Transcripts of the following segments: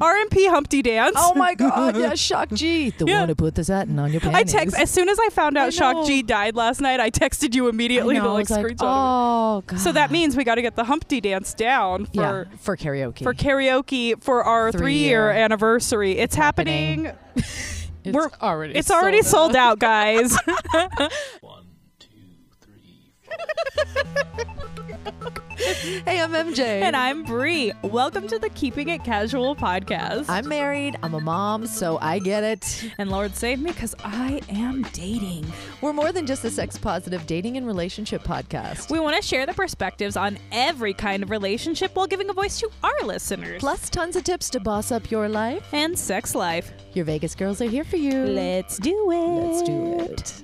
RMP Humpty Dance. Oh my God! Yeah, Shock G, the Yeah. one who put the satin on your panties. I text as soon as I found I out Shock G know. died last night. I texted you I immediately know, to I like was like, screenshot. of oh God. it. So that means we got to get the Humpty Dance down for yeah, for karaoke. for karaoke for our Three three-year year. anniversary. It's happening. happening. it's we're- already It's already sold out, guys. Hey, I'm MJ. and I'm Bree. Welcome to the Keeping It Casual podcast. I'm married. I'm a mom, so I get it. and Lord save me because I am dating. We're more than just a sex positive dating and relationship podcast. We want to share the perspectives on every kind of relationship while giving a voice to our listeners. Plus, tons of tips to boss up your life. and sex life. Your Vegas girls are here for you. Let's do it. Let's do it.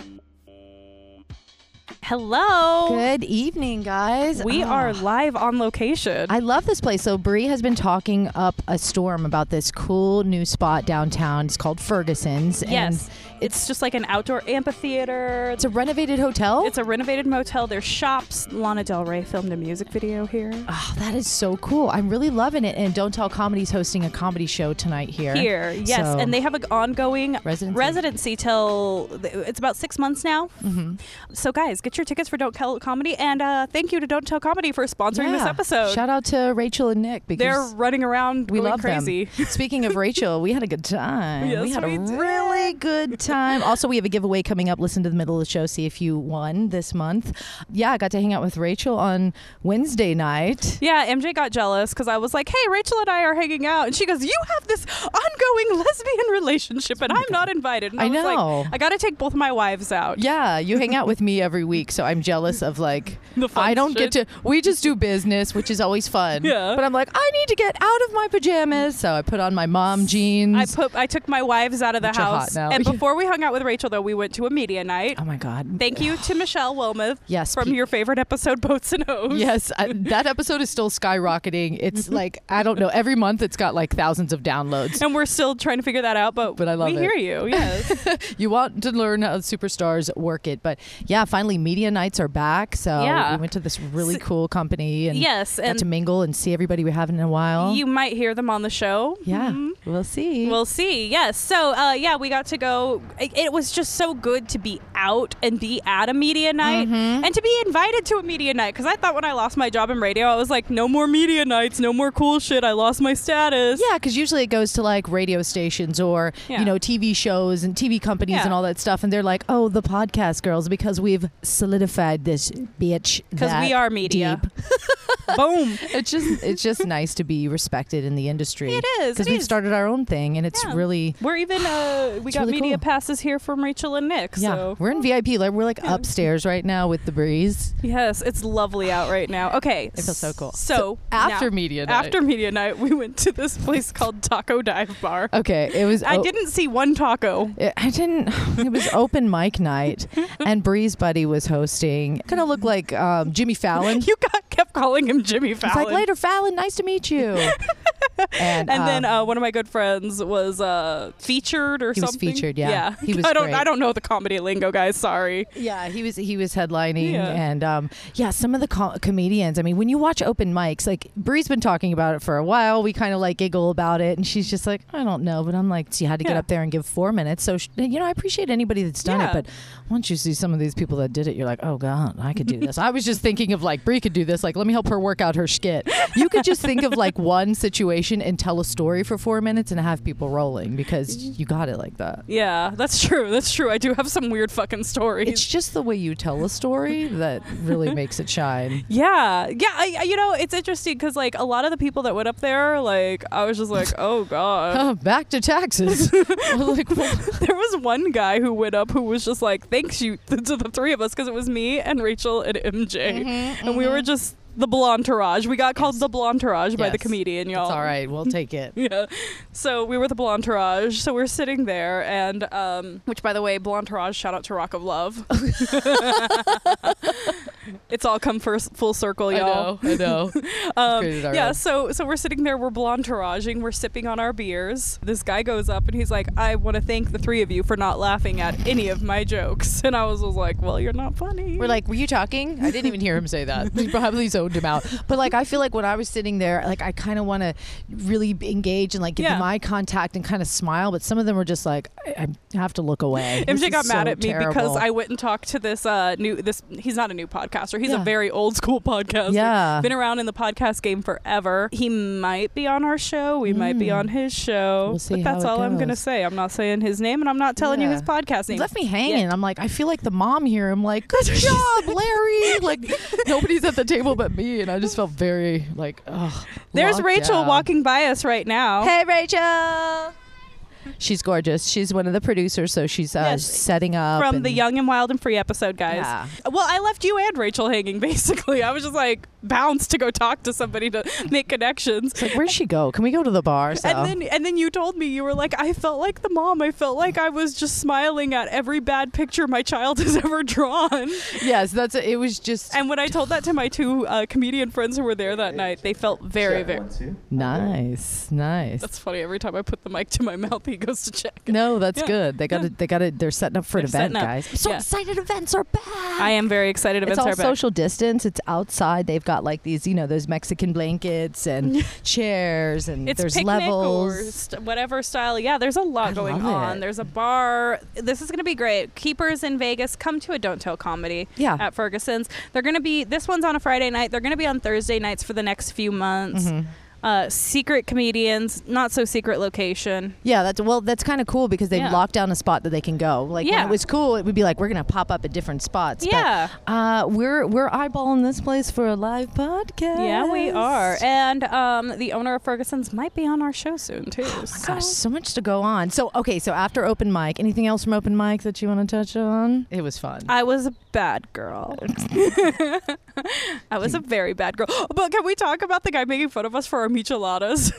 Hello. Good evening, guys. We Ah. are live on location. I love this place. So Bree has been talking up a storm about this cool new spot downtown. It's called Ferguson's. And yes. It's, just like an outdoor amphitheater. it's a renovated hotel. It's a renovated motel. There's shops. Lana Del Rey filmed a music video here. oh, that is so cool. I'm really loving it. And Don't Tell Comedy's hosting a comedy show tonight here. Here, yes, So- and they have an ongoing Residency. residency till it's about six months now. Mm-hmm. So, guys, get your tickets for Don't Tell Comedy, and uh, thank you to Don't Tell Comedy for sponsoring this Yeah. episode. Shout out to Rachel and Nick because They're running around we going love crazy. them. Speaking of Rachel, we had a good time. we Yes, had we a did. really good time. Also, we have a giveaway coming up. Listen to the middle of the show, see if you won this month. Yeah, I got to hang out with Rachel on Wednesday night. Yeah, MJ got jealous because I was like, "Hey, Rachel and I are hanging out," and she goes, "You have this ongoing lesbian relationship, and I'm not invited." And I, I was know. like, "I got to take both my wives out." Yeah, you hang out with me every week, so I'm jealous of like The fun I don't shit. get to. We just do business, which is always fun. Yeah. But I'm like, I need to get out of my pajamas, so I put on my mom jeans. I put I took my wives out of the Which are hot house, now. and Yeah. before we hung out with Rachel, though, we went to a media night. oh my god. Thank you to Michelle Wilmoth Yes, from pe- your favorite episode, Boats and Hoes. Yes, I, that episode is still skyrocketing. It's like I don't know. Every month, it's got like thousands of downloads. And we're still trying to figure that out, but, But I love we it. hear you. Yes. You want to learn how superstars work it, but yeah, finally media nights are back. So Yeah. we went to this really S- cool company and yes. got to And mingle and see everybody we haven't in a while. you might hear them on the show. yeah, Mhm. we'll see. We'll see. Yes. So, uh, yeah, we got to go. It, it was just so good to be out and be at a media night Mm-hmm. and to be invited to a media night. Because I thought when I lost my job in radio, I was like, no more media nights, no more cool shit. I lost my status. Yeah, because usually it goes to like radio stations or Yeah. you know TV shows and TV companies Yeah. and all that stuff, and they're like, "Oh, the podcast girls," because we've solidified this bitch. Because that we are media. deep. Boom. It's just it's just nice to be respected in the industry. It is, because it we've is. started our own thing, and it's Yeah. really We're even, uh, we It's got really media cool. passes here from Rachel and Nick. yeah. So. We're in VIP. Like we're like upstairs right now with the breeze. Yes, it's lovely out right now. Okay. It feels so cool. So, So after media night. After media night, we went to this place called Taco Dive Bar. Okay, it was. I oh, didn't see one taco. It, I didn't. It was open mic night, and Bree's buddy was hosting. Kind of looked like um, Jimmy Fallon. You got, kept calling him Jimmy It's Fallon. like later, Fallon. Nice to meet you. and And then um, uh, one of my good friends was uh, featured or He was something. featured, yeah. He was I don't. I great. don't know the comedy lingo, guys. Sorry. yeah, he was he was headlining, Yeah. and um, yeah, some of the co- comedians. I mean, when you watch open mics, like Bree's been talking about it for a while. We kind of like giggle about it, and she's just like, I don't know, but I'm like, she had to get Yeah. up there and give four minutes. So sh you know, I appreciate anybody that's done Yeah. it, but once you see some of these people that did it, you're like, oh god, I could do this. I was just thinking of like Bree could do this. Like, let me help her work out her skit. You could just think of like one situation and tell a story for four minutes and have people rolling because you got it like that. Yeah, that's true. That's true. I do have some weird fucking stories. It's just the way you tell a story that really makes it shine. yeah, yeah. I, I- you know, it's interesting because like a lot of the people that went up there, like I was just like, oh god. Uh, back to taxes. I was like, well, There was one guy who went up who was just like, thanks you to the three of us because it was me and Rachel and MJ, Mm-hmm, and we were just the blontourage. We got called the blontourage by the Yes. comedian, y'all. it's all right. We'll take it. Yeah. So we were the Blontourage. So we're sitting there, and um, which, by the way, Blontourage, shout out to Rock of Love. It's all come first full circle, I y'all. know. I know. Um, created our yeah, own. so so we're sitting there, we're blonteraging, we're sipping on our beers. This guy goes up and he's like, "I want to thank the three of you for not laughing at any of my jokes." And I was, was like, "Well, you're not funny." We're like, were you talking? I didn't even hear him say that. He probably zoned him out. But like, I feel like when I was sitting there, like, I kind of want to really b- engage and like give Yeah. them eye contact and kind of smile. But some of them were just like, I, I have to look away. This MJ is got mad so at me because terrible. I went and talked to this uh, new this he's not a new podcaster he's Yeah. a very old school podcaster Yeah. been around in the podcast game forever he might be on our show we might be on his show Hmm. We'll see but how that's it all I'm gonna goes. say I'm not saying his name and I'm not telling you Yeah. his podcast He name left me hanging. I'm like, I feel like the mom here. I'm like, good job, Larry. Like, nobody's at the table but me, and I just felt very like, ugh. there's locked Rachel down. walking by us right now Hey, Rachel. She's gorgeous. She's one of the producers, so she's uh, Yes. setting up from the and- Young and Wild and Free episode, guys. Yeah. Well, I left you and Rachel hanging basically. I was just like bounced to go talk to somebody to make connections. It's like, where'd she go? Can we go to the bar? So. And then and then you told me you were like I felt like the mom. I felt like I was just smiling at every bad picture my child has ever drawn. yes, that's it. Was just And when I told that to my two uh, comedian friends who were there that night, they felt very very nice, nice. That's funny. Every time I put the mic to my mouth, he goes to check. no, that's Yeah, good. They got it. They got it. They're setting up for an They're event, setting up. guys. I'm so Yeah. excited! Events are back. I am very excited about it's all our back. social distance. It's outside. They've got like these, you know, those Mexican blankets and chairs, and It's there's picnic levels. or st- whatever style. Yeah, there's a lot I going love on. it. There's a bar. This is going to be great. Keepers in Vegas, come to a Don't Tell comedy Yeah. at Ferguson's. They're going to be this one's on a Friday night. They're going to be on Thursday nights for the next few months. Mm-hmm. Uh, secret comedians, not so secret location. Yeah, that's well, that's kind of cool because they've Yeah. locked down a spot that they can go. Like when Yeah. it was cool, it would be like we're gonna pop up at different spots. but, Yeah. uh, we're we're eyeballing this place for a live podcast. Yeah, we are. And um, the owner of Ferguson's might be on our show soon too. so- Oh Gosh, so much to go on. So okay, so after open mic, anything else from open mic that you want to touch on? It was fun. I was a bad girl. I was a very bad girl. But can we talk about the guy making fun of us for our micheladas?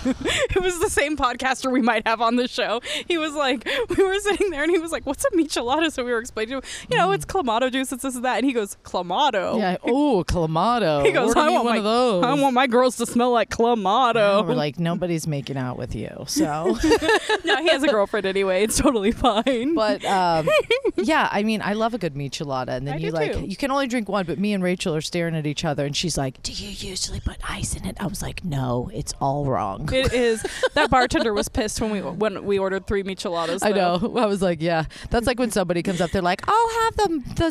it was the same podcaster we might have on the show. He was like, we were sitting there and he was like, what's a michelada? So we were explaining to him, you know, it's clamato juice, it's this and that. And he goes, clamato. yeah. Oh, clamato. He goes, Order I me want, one my, of those. I want my girls to smell like clamato. And we're like nobody's making out with you, so. no, he has a girlfriend anyway. It's totally fine. But um, yeah, I mean, I love a good michelada, and then I you do like too. you can only drink one. But me and Rachel are staring at each other, and she's like, "Do you usually put ice in it?" I was like, "No, it's all wrong." it is. That bartender was pissed when we when we ordered three micheladas. I though. know. I was like, "Yeah." That's like when somebody comes up, they're like, "I'll have the the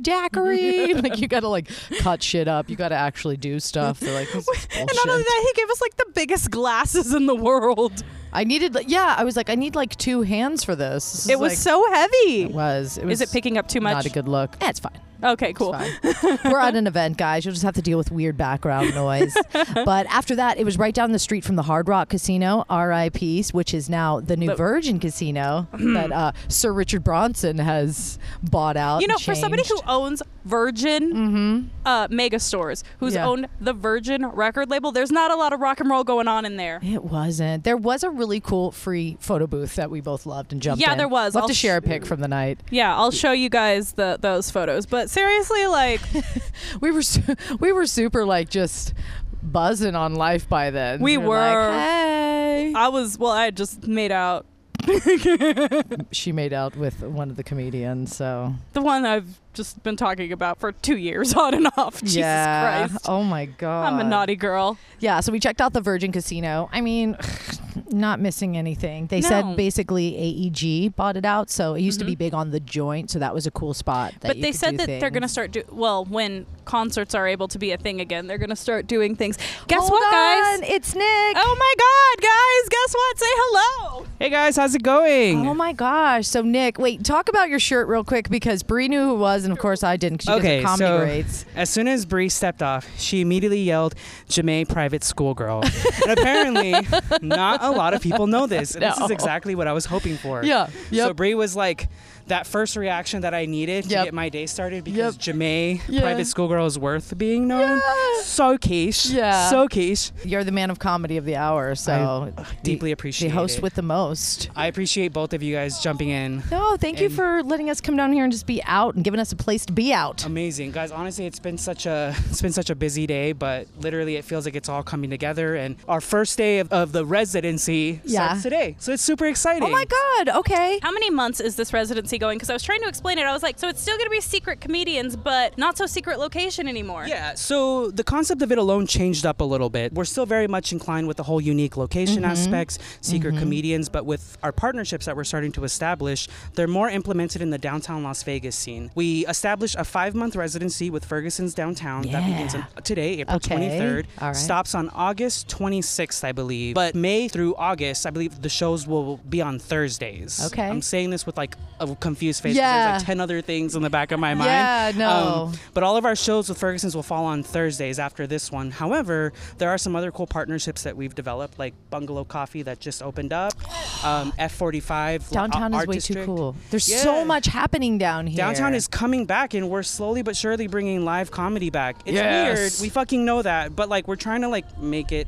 daiquiri." like you got to like cut shit up. You got to actually do stuff. They're like, this is And not only bullshit." that, he gave us like the biggest glasses in the world. I needed, like, yeah, I was like, I need like two hands for this. This It is, was like- so heavy. It was. It was Is it picking up too much? Not a good look. That's fine. okay, cool. It's fine. We're at an event, guys. You'll just have to deal with weird background noise. but after that, it was right down the street from the Hard Rock Casino, RIP, which is now the new But- Virgin Casino that uh, Sir Richard Bronson has bought out. You know, and for somebody who changed. Mm-hmm. owns Virgin uh, mega stores, who's Mm. Yeah. owned the Virgin record label, there's not a lot of rock and roll going on in there. It wasn't. There was a really cool free photo booth that we both loved and jumped Yeah, in. there was. We'll have I'll to share a sh- pic from the night. Yeah, I'll show you guys the those photos. But seriously, like We were su- we were super like just buzzing on life by then. We like, were. hey. I was, well, I just made out she made out with one of the comedians, so the one I've just been talking about for two years on and off. Jesus yeah. Christ. Oh my god. I'm a naughty girl. Yeah, so we checked out the Virgin Casino. I mean, not missing anything. They No. Mm-hmm. said basically AEG bought it out, so it used to be big on the joint, so that was a cool spot. That but you they could said do that they're going to things. start do well when concerts are able to be a thing again. They're going to start doing things. Guess Hold what, guys? on, It's Nick. Oh my God, guys! Guess what? Say hello. Hey guys, how's it going? Oh my gosh! So Nick, wait, talk about your shirt real quick because Bree knew who it was, and of course I didn't. 'cause you guys are Okay, comedy so- greats. as soon as Bree stepped off, she immediately yelled, "Jamae, private schoolgirl." and apparently, not a lot of people know this. And This No. is exactly what I was hoping for. Yeah, So yep. Bree was like that first reaction that I needed to Yep. get my day started because Jamae, Yeah. private schoolgirl, is worth being known. Yeah. So quiche. Yeah. So quiche. You're the man of comedy of the hour, so I, uh, deeply appreciate the host it. with the most. most. I appreciate both of you guys jumping in. No, thank you And- for letting us come down here and just be out and giving us a place to be out. Amazing, guys. Honestly, it's been such a it's been such a busy day, but literally, it feels like it's all coming together. And our first day of, of the residency Yeah. starts today, so it's super exciting. oh my God. Okay. How many months is this residency going? Because I was trying to explain it. I was like, so it's still going to be secret comedians, but not so secret location anymore. Yeah, so the concept of it alone changed up a little bit. We're still very much inclined with the whole unique location Mm-hmm. aspects, secret comedians, but with our partnerships that we're starting to establish, they're more implemented in the downtown Las Vegas scene. We established a five month residency with Ferguson's Downtown that begins Yeah. on- today, April Okay, 23rd, all right. stops on August 26th, I believe. But May through August, I believe the shows will be on Thursdays. Okay. I'm saying this with like a confused face Yeah. because there's like 10 other things in the back of my mind. Yeah, no. Um, but all of our shows with Ferguson's will fall on Thursdays after this one. However, there are some other cool partnerships that we've developed, like Bungalow Coffee that just opened up, um, F45. Downtown Art is way District. too cool. There's Yeah. so much happening down here. Downtown is coming back, and we're slowly but surely bringing live comedy back. It's weird. Yes. We fucking know that, but like we're trying to like make it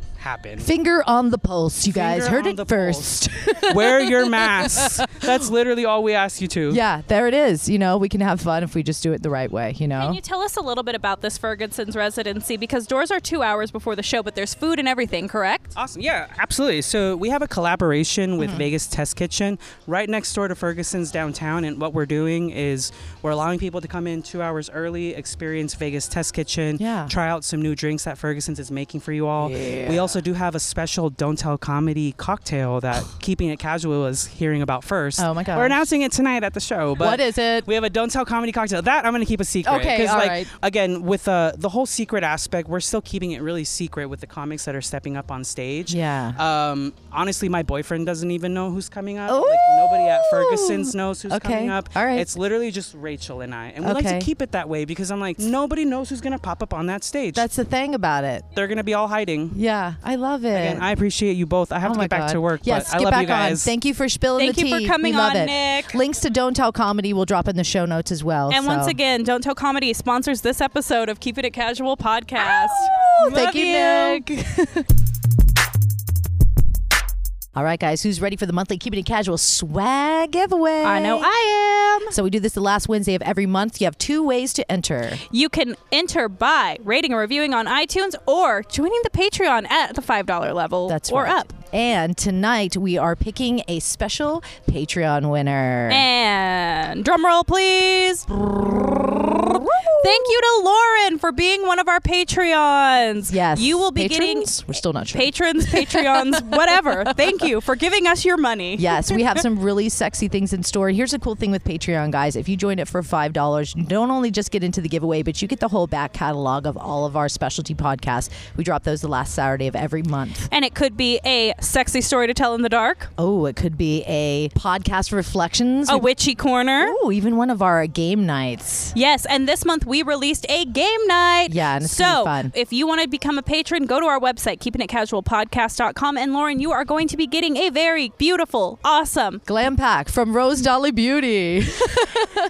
happen. Finger on the pulse, you guys. Finger Heard on it the first. Wear your mask. That's literally all we ask you to. yeah, there it is. You know, we can have fun if we just do it the right way, you know? Can you tell us a little bit about this Ferguson's residency? Because doors are two hours before the show, but there's food and everything, correct? Awesome. Yeah, absolutely. So we have a collaboration Mm-hmm. with Vegas Test Kitchen right next door to Ferguson's downtown. And what we're doing is we're allowing people to come in two hours early, experience Vegas Test Kitchen, Yeah. try out some new drinks that Ferguson's is making for you all. We also do have a special Don't Tell Comedy cocktail that Keeping It Casual is hearing about first. Oh my We're gosh. announcing it tonight at the show. But what is it? we have a don't tell comedy cocktail. That I'm going to keep a secret. Okay, 'cause, all like, right. Again, with uh, the whole secret aspect, we're still keeping it really secret with the comics that are stepping up on stage. Yeah. Um, honestly, my boyfriend doesn't even know who's coming up. Like nobody at Ferguson's Ooh. knows who's Okay, coming up. all right. It's literally just Rachel and I, and we like Okay. to keep it that way because I'm like nobody knows who's going to pop up on that stage. That's the thing about it. They're going to be all hiding. Yeah, I love it. And I appreciate you both. I have oh to my get back God. to work. Yes, but I get love back you guys. on. Thank you for spilling Thank the you tea. for coming we love on, it. Nick. Links to Don't Tell Comedy will drop in the show notes as well. And once so. again, Don't Tell Comedy sponsors this episode of Keeping It Casual podcast. Ooh, Love thank you, you. Nick. All right, guys, who's ready for the monthly Keeping It Casual swag giveaway? I know I am. So we do this the last Wednesday of every month. You have two ways to enter. You can enter by rating or reviewing on iTunes or joining the Patreon at the $5 level That's or right. up. And tonight we are picking a special Patreon winner. And drum roll, please. Thank you to Lauren for being one of our Patreons. Yes. You will be Patrons? We're still not sure. getting patrons, Patreons, whatever. Thank you for giving us your money. Yes, we have some really sexy things in store. And here's a cool thing with Patreon, guys. If you join it for $5, you don't only just get into the giveaway, but you get the whole back catalog of all of our specialty podcasts. We drop those the last Saturday of every month. And it could be a sexy story to tell in the dark, Oh, it could be a podcast reflections. a witchy corner. Oh, even one of our game nights. Yes, and this month we released a game night. Yeah, and it's so gonna be fun. if you want to become a patron, go to our website, keepingitcasualpodcast.com. And Lauren, you are going to be getting a very beautiful, awesome. Glam Pack from Rose Dolly Beauty.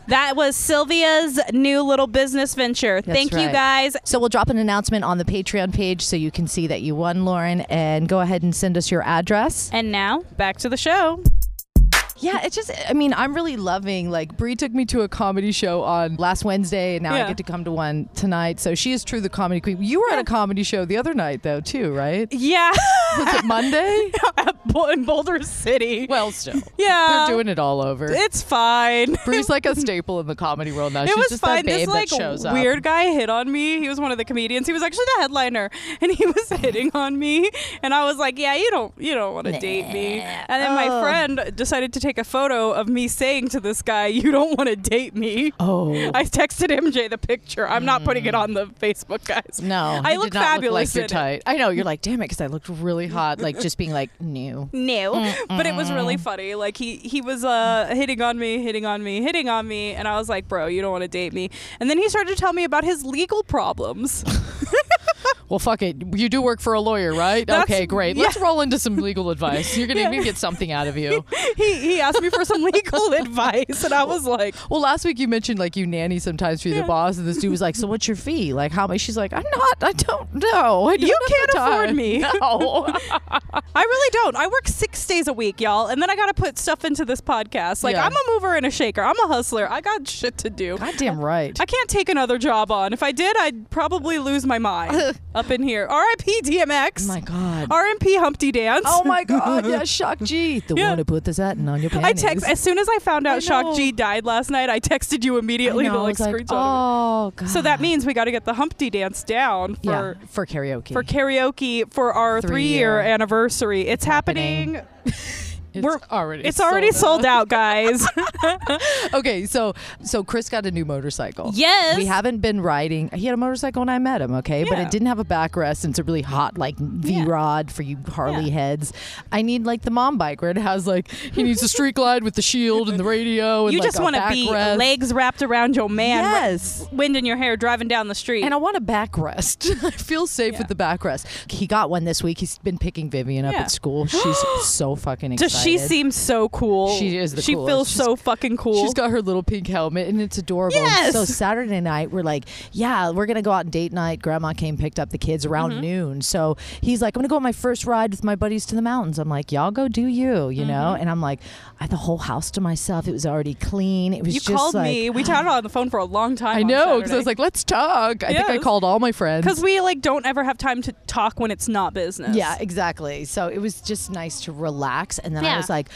That was Sylvia's new little business venture. Thank you right. guys. So we'll drop an announcement on the Patreon page so you can see that you won, Lauren, and go ahead and send us your address. And now back to the show. Yeah, it's just I mean, I'm really loving like Brie took me to a comedy show on last Wednesday and now I Yeah. get to come to one tonight. So she is true the comedy queen. You were at a comedy show the other night though, too, right? Yeah, Was it Monday? in Boulder City. well, still. Yeah, They're doing it all over. it's fine. Brie's like a staple in the comedy world now. It She's was just fine. that babe This like that shows up. weird guy hit on me. He was one of the comedians. He was actually the headliner, and he was hitting on me. And I was like, "Yeah, you don't, you don't want to date me." And then my Oh. friend decided to take a photo of me saying to this guy, "You don't want to date me." Oh. Mm. I texted MJ the picture. I'm not putting it on the Facebook, guys. no, I you look did not fabulous Look like your in it. tight. I know you're like, damn it, because I looked really hot. Like just being like new. No, but it was really funny. Like he he was uh, hitting on me, hitting on me, hitting on me, and I was like, "Bro, you don't want to date me." And then he started to tell me about his legal problems. well, fuck it. You do work for a lawyer, right? That's- okay, great. yeah. Let's roll into some legal advice. You're going to get something out of you. he, he asked me for some legal advice, and I was like, Well, last week you mentioned like you nanny sometimes for the boss, and this dude was like, "So what's your fee? Like how much?" She's like, "I'm not. I don't know. I don't You have can't the afford time." me. No. I really don't. I work six days a week, y'all, and then I got to put stuff into this podcast. Like, Yeah. I'm a mover and a shaker. I'm a hustler. I got shit to do. Goddamn right. I can't take another job on. If I did, I'd probably lose my mind up in here. R.I.P. DMX. Oh my god. R.M.P. Humpty Dance. Oh my god. Yeah, Shock G, the Yeah. one who put the satin on your I panties. text as soon as I found I out Shock know. G died last night. I texted you I immediately know, the I like was like, screenshot. of Oh god. it. So that means we got to get the Humpty Dance down for yeah, for karaoke. for karaoke for our Three three year year. anniversary. It's happening. happening. it's we're- already It's already sold out, guys. out. Okay, so so Chris got a new motorcycle. Yes. We haven't been riding. He had a motorcycle when I met him, okay? But Yeah. it didn't have a backrest and it's a really hot like V rod for you Harley Yeah. heads. I need like the mom bike where it has like he needs a street glide with the shield and the radio and you like, just a want to be backrest. legs wrapped around your man, wi- Yes. wind in your hair, driving down the street. And I want a backrest. I feel safe with the backrest. He got one this week. He's been picking Vivian up Yeah. at school. She's so fucking excited. Does she seem so cool? She is the She coolest. feels She's- so fucking cool. She's got her little pink helmet and it's adorable. And Yes! So Saturday night we're like, yeah, we're gonna go out on date night. Grandma came picked up the kids around Mm-hmm. noon. So he's like, I'm gonna go on my first ride with my buddies to the mountains. I'm like, y'all go do you, you know? Mm-hmm. And I'm like, I had the whole house to myself. It was already clean. It was you just called like, me. We chatted on the phone for a long time. I on know because I Saturday. was like, let's talk. I think I Yes. called all my friends. because we like don't ever have time to talk when it's not business. Yeah, exactly. So it was just nice to relax. And then I Yeah. was like,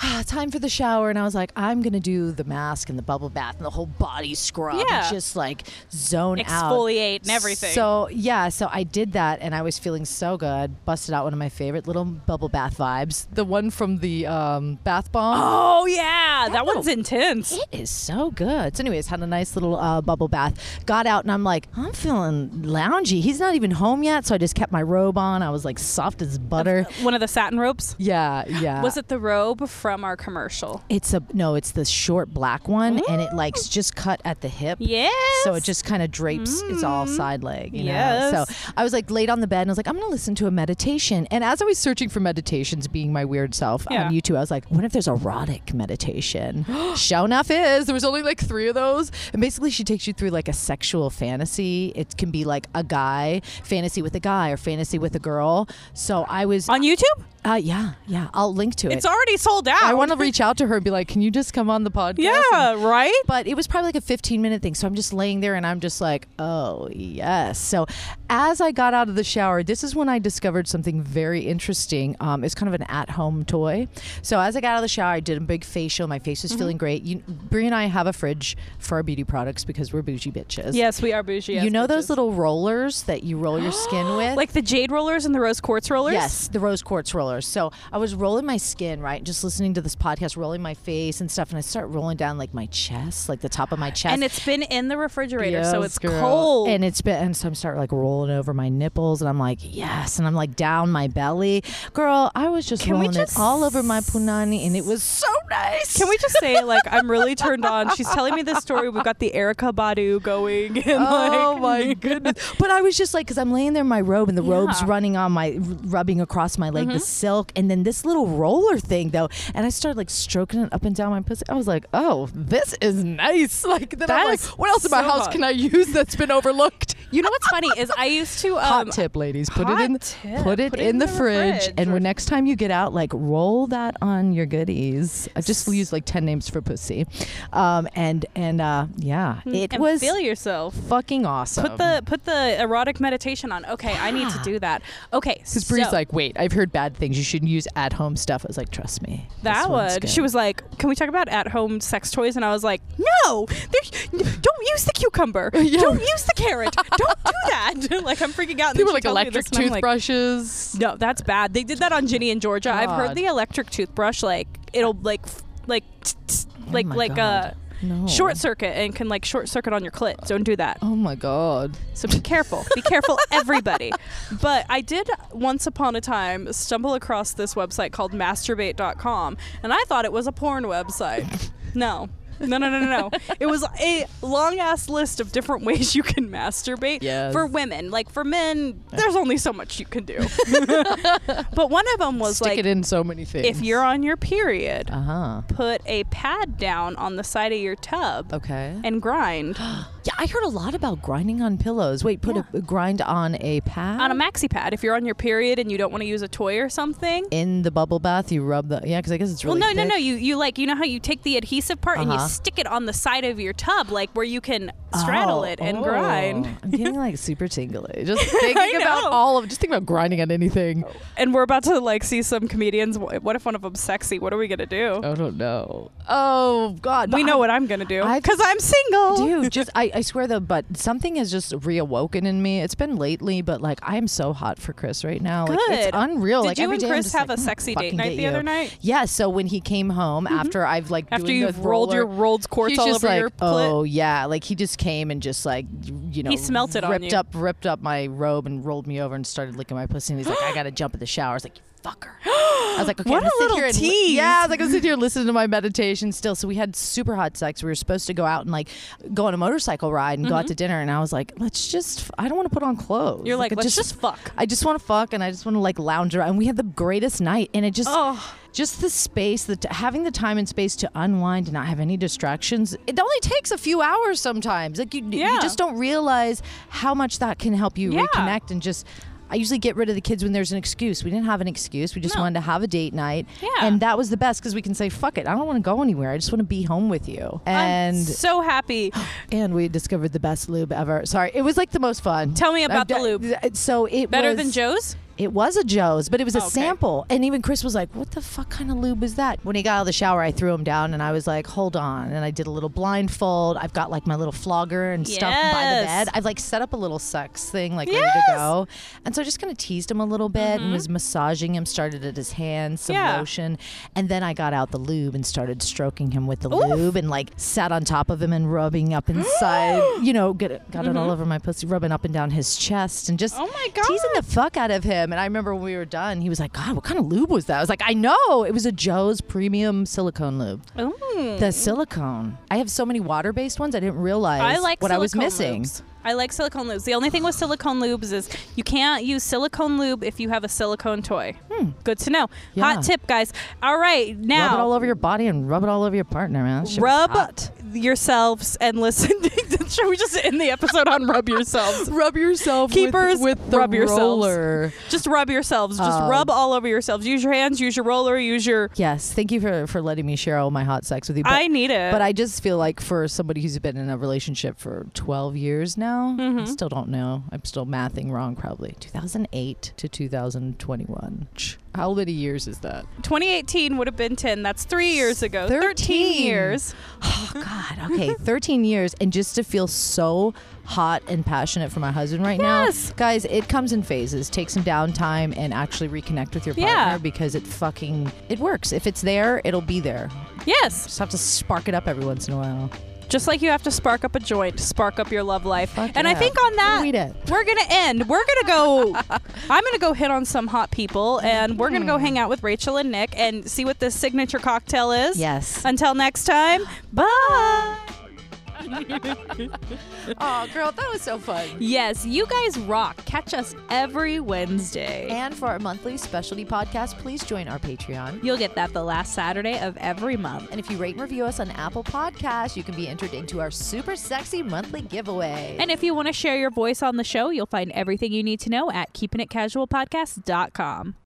ah, time for the shower. And I was like, I'm going to do the mask and the bubble bath and the whole body scrub. Yeah. And just like zone out. exfoliate and everything. So yeah, so I did that, and I was feeling so good. Busted out one of my favorite little bubble bath vibes, the one from the um, bath bomb. oh yeah, that, one's intense. It is so good. So, anyways, had a nice little uh, bubble bath. Got out, and I'm like, I'm feeling loungy. He's not even home yet, so I just kept my robe on. I was like soft as butter. One of the satin ropes. Yeah, yeah. Was it the robe from our commercial? It's a no. It's the short black one, and it like s- just cut at the hip. Yes. Mm-hmm. So it just kind of drapes. It's all side leg. You know. Yes. So I was like laid on the bed, and I was like, I'm gonna listen to a meditation. And as I was searching for meditations, being my weird self Yeah. on YouTube, I was like, what if there's erotic meditation? Show enough is there was only like three of those, and basically she takes you through like a sexual fantasy. It can be like a guy fantasy with a guy or fantasy with a girl. So I was, on YouTube. uh, yeah, yeah. I'll link to it. It's already sold out. I want to reach out to her and be like, "Can you just come on the podcast?" Yeah, And- right. but it was probably like a 15 minute thing. So I'm just laying there and I'm just like, "Oh, yes." So as I got out of the shower, this is when I discovered something very interesting. Um, it's kind of an at-home toy. So as I got out of the shower, I did a big facial. My face Mm-hmm. was feeling great. You, Brie and I have a fridge for our beauty products because we're bougie bitches. Yes, we are bougie. You know those little rollers that you roll your skin with? like the jade rollers and the rose quartz rollers. Yes, the rose quartz rollers. So I was rolling my skin, right? Just listening to this podcast, rolling my face and stuff, and I start rolling down like my chest, like the top of my chest. And it's been in the refrigerator, so Yes, it's girl. cold. And it's been and so I'm start like rolling over my nipples and I'm like, yes, and I'm like down my belly. Girl, I was just Can we rolling just- it all over my punani and it was so nice. Can we just say, like, I'm really turned on? She's telling me this story. We've got the Erica Badu going. And, Oh like, my goodness! But I was just like, because I'm laying there in my robe, and the robe's Yeah. Mm-hmm. running on my, rubbing across my leg, the silk, and then this little roller thing though, and I started like stroking it up and down my pussy. I was like, oh, this is nice. Like then That I'm like, is what else in my so house hot. can I use that's been overlooked? You know what's funny is I used to. Um, Hot tip, ladies. Put it hot in, tip. put it in, the, fridge, and or- when next time you get out, like roll that on your goodies. I just used like ten names for pussy, um, and and uh, yeah, it Mm, and was Um, feel yourself. fucking awesome. Put the put the erotic meditation on. Okay, I need to do that. Okay, Because Bree's so like, wait, I've heard bad things. You shouldn't use at home stuff. I was like, trust me. that was one. She was like, "Can we talk about at-home sex toys?" And I was like, "No, there's- don't use the cucumber. Don't use the carrot. don't do that." like I'm freaking out. And then People she like tells me electric this, and I'm like, toothbrushes. No, that's bad. They did that on Ginny and Georgia. I've God. heard the electric toothbrush like it'll like f- like t- t- like Oh my like God. a No. short circuit and can like short circuit on your clit. Don't do that. Oh my god. So be careful. be careful, everybody. But I did once upon a time stumble across this website called masturbate.com and I thought it was a porn website. No. No, no, no, no, no. it was a long ass list of different ways you can masturbate Yes. for women. Like for men, there's only so much you can do. but one of them was Stick like, it in so many things. if you're on your period, Uh huh. put a pad down on the side of your tub Okay. and grind Yeah, I heard a lot about grinding on pillows. Wait, put a, grind on a pad? on a maxi pad. If you're on your period and you don't want to use a toy or something. in the bubble bath, you rub the. Yeah, because I guess it's Well, really. no, no, thick. no. You, you like, you know how you take the adhesive part and Uh-huh. you stick it on the side of your tub, like where you can straddle Oh, it and oh. grind. I'm getting like super tingly. Just thinking about know. all of. Just thinking about grinding on anything. and we're about to like see some comedians. Wh- What if one of them's sexy? What are we gonna do? I don't know. Oh God. we but know I- what I'm gonna do I've- because I'm single. Dude, just I, I swear though, but something has just reawoken in me. It's been lately, but like I am so hot for Chris right now. Like, Good. it's unreal. Did like, you every and day I'm Chris just have like, a "I'm gonna sexy date fucking night get the other you." night? Yeah. So when he came home after I've like Mm-hmm. After doing the you've rolled your roller- rolled quartz He's all just over like, your clit. oh yeah, like he just came and just like you know smelt it on ripped you. up, ripped up my robe and rolled me over and started licking my pussy. And he's like, I gotta jump in the shower. I was like, you fucker. I was like, okay, What I'm a gonna sit little here and li- tease. yeah, I was like, I'm sit here and listen to my meditation still. So we had super hot sex. We were supposed to go out and like go on a motorcycle ride and go out to dinner. And I was like, let's just. I don't want to put on clothes. Mm-hmm. You're like, I let's just fuck. I just want to fuck and I just want to like lounge around. And we had the greatest night. And it just Oh. just the space, the t- having the time and space to unwind and not have any distractions. It only takes a few hours sometimes. Like you, you Yeah. just don't realize how much that can help you Yeah. reconnect and just. I usually get rid of the kids when there's an excuse. We didn't have an excuse. We just No. wanted to have a date night. Yeah. And that was the best because we can say, fuck it. I don't want to go anywhere. I just want to be home with you. And I'm so happy. and we discovered the best lube ever. Sorry. It was like the most fun. Tell me about I've the d- So it Better was, than Joe's. it was a Joe's, but it was a Oh, Okay. sample. And even Chris was like, What the fuck kind of lube is that? When he got out of the shower, I threw him down and I was like, Hold on. And I did a little blindfold. I've got like my little flogger and stuff by the Yes. bed. I've like set up a little sex thing, like ready to Yes. Mm-hmm. go. And so I just kind of teased him a little bit and was massaging him, started at his hands, some Yeah. lotion. And then I got out the lube and started stroking him with the lube and like sat on top of him and rubbing up inside, you know, get it, got it all over my pussy, rubbing up and down his chest and just Oh my teasing the fuck out of him. And I remember when we were done, he was like, God, what kind of lube was that? I was like, I know. It was a Joe's premium silicone lube. Ooh. The silicone. I have so many water based ones, I didn't realize I like what I was silicone missing. lubes. I like silicone lubes. The only thing with silicone lubes is you can't use silicone lube if you have a silicone toy. Good to know. Hmm. Yeah. Hot tip, guys. All right, now Rub it all over your body and rub it all over your partner, man. That shit was rub hot. yourselves and listen. to- Should we just end the episode on rub yourselves? Rub yourself Keepers, with, with the rub yourselves. roller. Just rub yourselves. Just Um, rub all over yourselves. Use your hands. Use your roller. Use your. Yes, thank you for, for letting me share all my hot sex with you. But, I need it. but I just feel like for somebody who's been in a relationship for 12 years now, I still don't know. I'm still mathing wrong, probably. 2008 to 2021. Ch, How many years is that? 2018 would have been 10. That's three years ago. 13 13. years. Oh, God. Okay, 13 years. And just to feel so hot and passionate for my husband right Yes. now. Guys, it comes in phases. Take some downtime and actually reconnect with your partner Yeah. because it fucking, it works. If it's there, it'll be there. Yes. Just have to spark it up every once in a while. Just like you have to spark up a joint, spark up your love life. Fuck and I yeah. think on that, Read it. we're going to end. We're going to go. I'm going to go hit on some hot people and we're going to Hmm. go hang out with Rachel and Nick and see what this signature cocktail is. Yes. Until next time, bye. Oh, girl, that was so fun. Yes, you guys rock. Catch us every Wednesday. And for our monthly specialty podcast, please join our Patreon. You'll get that the last Saturday of every month. And if you rate and review us on Apple Podcasts, you can be entered into our super sexy monthly giveaway. And if you want to share your voice on the show, you'll find everything you need to know at keepingitcasualpodcast.com.